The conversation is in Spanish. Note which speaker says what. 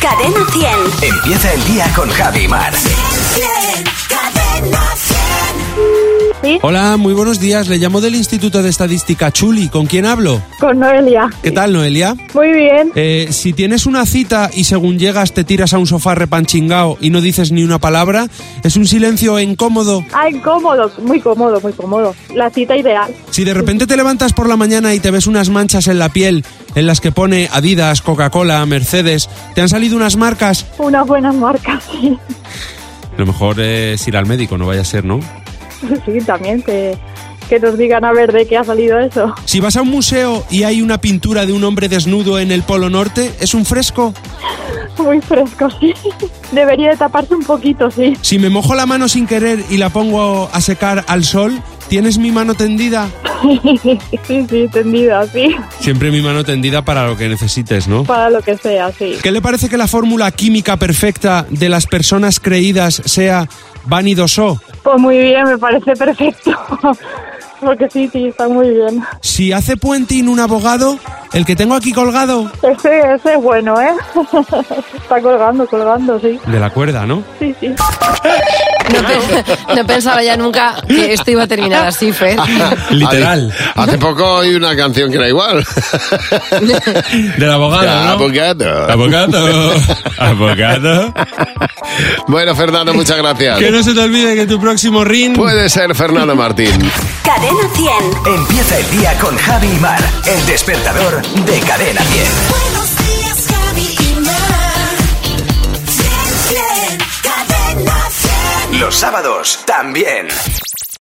Speaker 1: Cadena 100.
Speaker 2: Empieza el día con Javi Mar.
Speaker 1: Cadena 100.
Speaker 3: ¿Sí?
Speaker 4: Hola, muy buenos días. Le llamo del Instituto de Estadística Chuli. ¿Con quién hablo?
Speaker 3: Con Noelia.
Speaker 4: ¿Qué tal, Noelia?
Speaker 3: Muy bien.
Speaker 4: Eh, si tienes una cita y según llegas te tiras a un sofá repanchingao y no dices ni una palabra, es un silencio incómodo.
Speaker 3: Ah, incómodo, muy cómodo, muy cómodo. La cita ideal.
Speaker 4: Si de repente te levantas por la mañana y te ves unas manchas en la piel en las que pone Adidas, Coca-Cola, Mercedes, te han salido unas marcas,
Speaker 3: Una buena marca, sí.
Speaker 4: a lo mejor es ir al médico, no vaya a ser, ¿no?
Speaker 3: pues Sí, también que, que nos digan a ver de qué ha salido eso.
Speaker 4: Si vas a un museo y hay una pintura de un hombre desnudo en el Polo Norte, es un fresco.
Speaker 3: Muy fresco, sí. Debería de taparse un poquito, sí.
Speaker 4: Si me mojo la mano sin querer y la pongo a secar al sol, ¿tienes mi mano tendida?
Speaker 3: Sí, sí, tendida, sí.
Speaker 4: Siempre mi mano tendida para lo que necesites, ¿no?
Speaker 3: Para lo que sea, sí.
Speaker 4: ¿Qué le parece que la fórmula química perfecta de las personas creídas sea vanidoso?
Speaker 3: Pues muy bien, me parece perfecto. Porque sí, sí, está muy bien.
Speaker 4: Si hace puenting un abogado, el que tengo aquí colgado.
Speaker 3: Ese, ese es bueno, ¿eh? Está colgando, colgando, sí.
Speaker 4: De la cuerda, ¿no?
Speaker 3: Sí, sí.
Speaker 5: No, pe- no pensaba ya nunca que esto iba a terminar así, Fer.
Speaker 4: Literal.
Speaker 6: Hace, hace poco hay una canción que era igual.
Speaker 4: Del abogado,
Speaker 6: Ah, abogado.
Speaker 4: Abogado. Abogado.
Speaker 6: Bueno, Fernando, muchas gracias.
Speaker 4: Que no se te olvide que tu próximo ring...
Speaker 6: Puede ser Fernando Martín.
Speaker 1: Cadena 100.
Speaker 2: Empieza el día con Javi Mar. El despertador de Cadena 10.
Speaker 1: Buenos días, Javi y Mar. Cadena 100.
Speaker 2: Los sábados también.